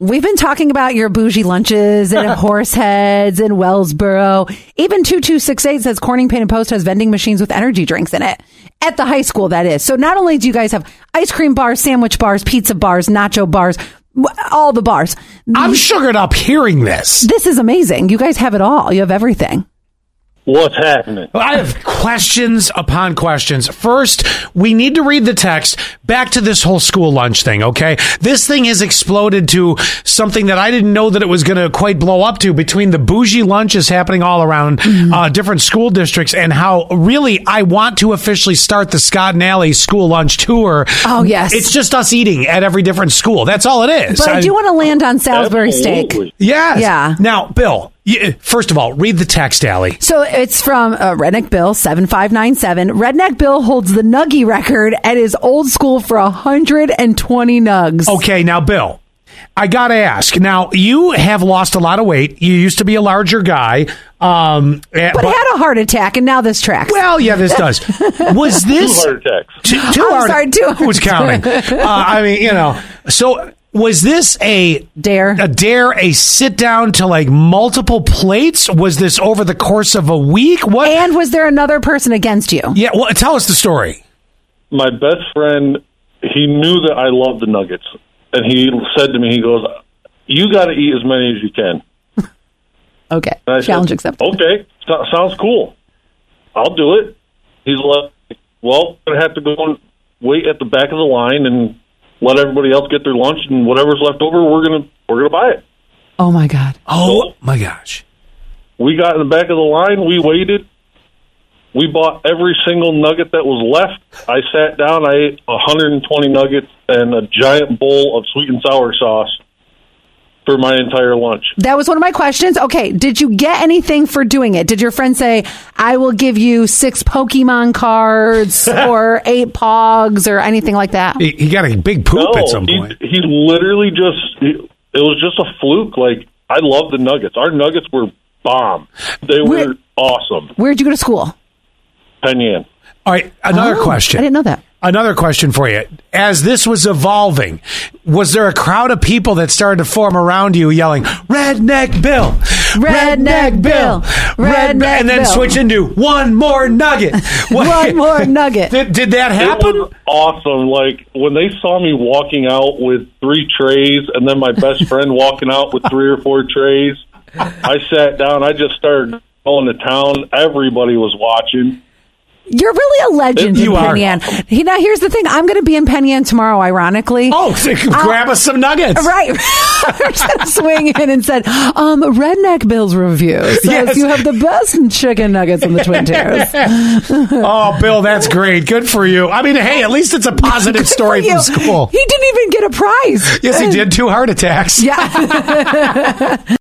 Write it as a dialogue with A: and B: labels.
A: We've been talking about your bougie lunches and horse heads and Wellsboro. Even 2268 says Corning Paint and Post has vending machines with energy drinks in it. At the high school, that is. So not only do you guys have ice cream bars, sandwich bars, pizza bars, nacho bars, w- all the bars.
B: I'm sugared up hearing this.
A: This is amazing. You guys have it all. You have everything.
C: What's happening?
B: I have questions upon questions. First, we need to read the text back to this whole school lunch thing, okay? This thing has exploded to something that I didn't know that it was going to quite blow up to between the bougie lunches happening all around
A: Mm-hmm.
B: uh, different school districts and how really I want to officially start the Scott and Alley school lunch tour.
A: Oh, yes.
B: It's just us eating at every different school. That's all it is.
A: But I do want to land on Salisbury steak.
C: Absolutely.
B: Yes.
A: Yeah.
B: Now, Bill, y- first of all, read the text, Allie.
A: So it's from uh, Redneck Bill 7597. Redneck Bill holds the nuggy record and is old school for 120 nugs.
B: Okay, now Bill, I gotta ask. Now you have lost a lot of weight. You used to be a larger guy. Um, eh,
A: But, I had a heart attack and now this tracks.
B: well, yeah, this does. Was
C: Two
B: this
C: heart attacks.
B: two, two
A: I'm
B: heart-
A: sorry, two
B: Who's counting? Uh, I mean, you know. So was this a
A: Dare.
B: a dare, a sit down to like multiple plates? Was this over the course of a week? What?
A: and was there another person against you?
B: yeah. Well, tell us the story.
C: My best friend, he knew that I loved the Nuggets, and he said to me, he goes, "You got to eat as many as you can."
A: Okay.
C: And I said, "Oh."
A: Challenge accepted.
C: Okay, so- sounds cool. I'll do it. He's like, well, I have to go and wait at the back of the line and let everybody else get their lunch, and whatever's left over, we're gonna we're gonna buy it.
A: Oh my God.
B: Oh my gosh.
C: We got in the back of the line. We waited. We bought every single nugget that was left. I sat down. I ate 120 nuggets and a giant bowl of sweet and sour sauce for my entire lunch.
A: That was one of my questions. Okay. Did you get anything for doing it? Did your friend say, I will give you six Pokemon cards or eight pogs or anything like that?
B: He, he got a big poop at some
C: he,
B: point.
C: he literally just he- it was just a fluke. Like I love the Nuggets. Our Nuggets were bomb. They were
A: Where-
C: awesome.
A: Where'd you go to school?
C: Penyan.
B: All right, another
A: Oh,
B: question.
A: I didn't know that.
B: Another question for you. As this was evolving, was there a crowd of people that started to form around you yelling, Redneck Bill,
A: Redneck Bill,
B: Red,
A: Redneck
B: and then
A: Bill."
B: switch into one more nugget. What-
A: One more nugget.
B: Did, did that
C: It
B: happen?
C: was awesome. Like when they saw me walking out with three trays, and then my best friend walking out with three or four trays. I sat down. I just started going to town. Everybody was watching.
A: You're really a legend in
B: You are.
A: Penyan. He, now, here's the thing. I'm going to be in Penyan tomorrow, ironically.
B: Oh, grab us some nuggets.
A: Uh, Right. We're just gonna swing in and said, um, Redneck Bill's review says
B: Yes.
A: you have the best chicken nuggets in the Twin Towers.
B: Oh, Bill, that's great. Good for you. I mean, hey, at least it's a positive story
A: You-
B: from school.
A: He didn't even get a prize.
B: Yes, he did. Two heart attacks.
A: Yeah.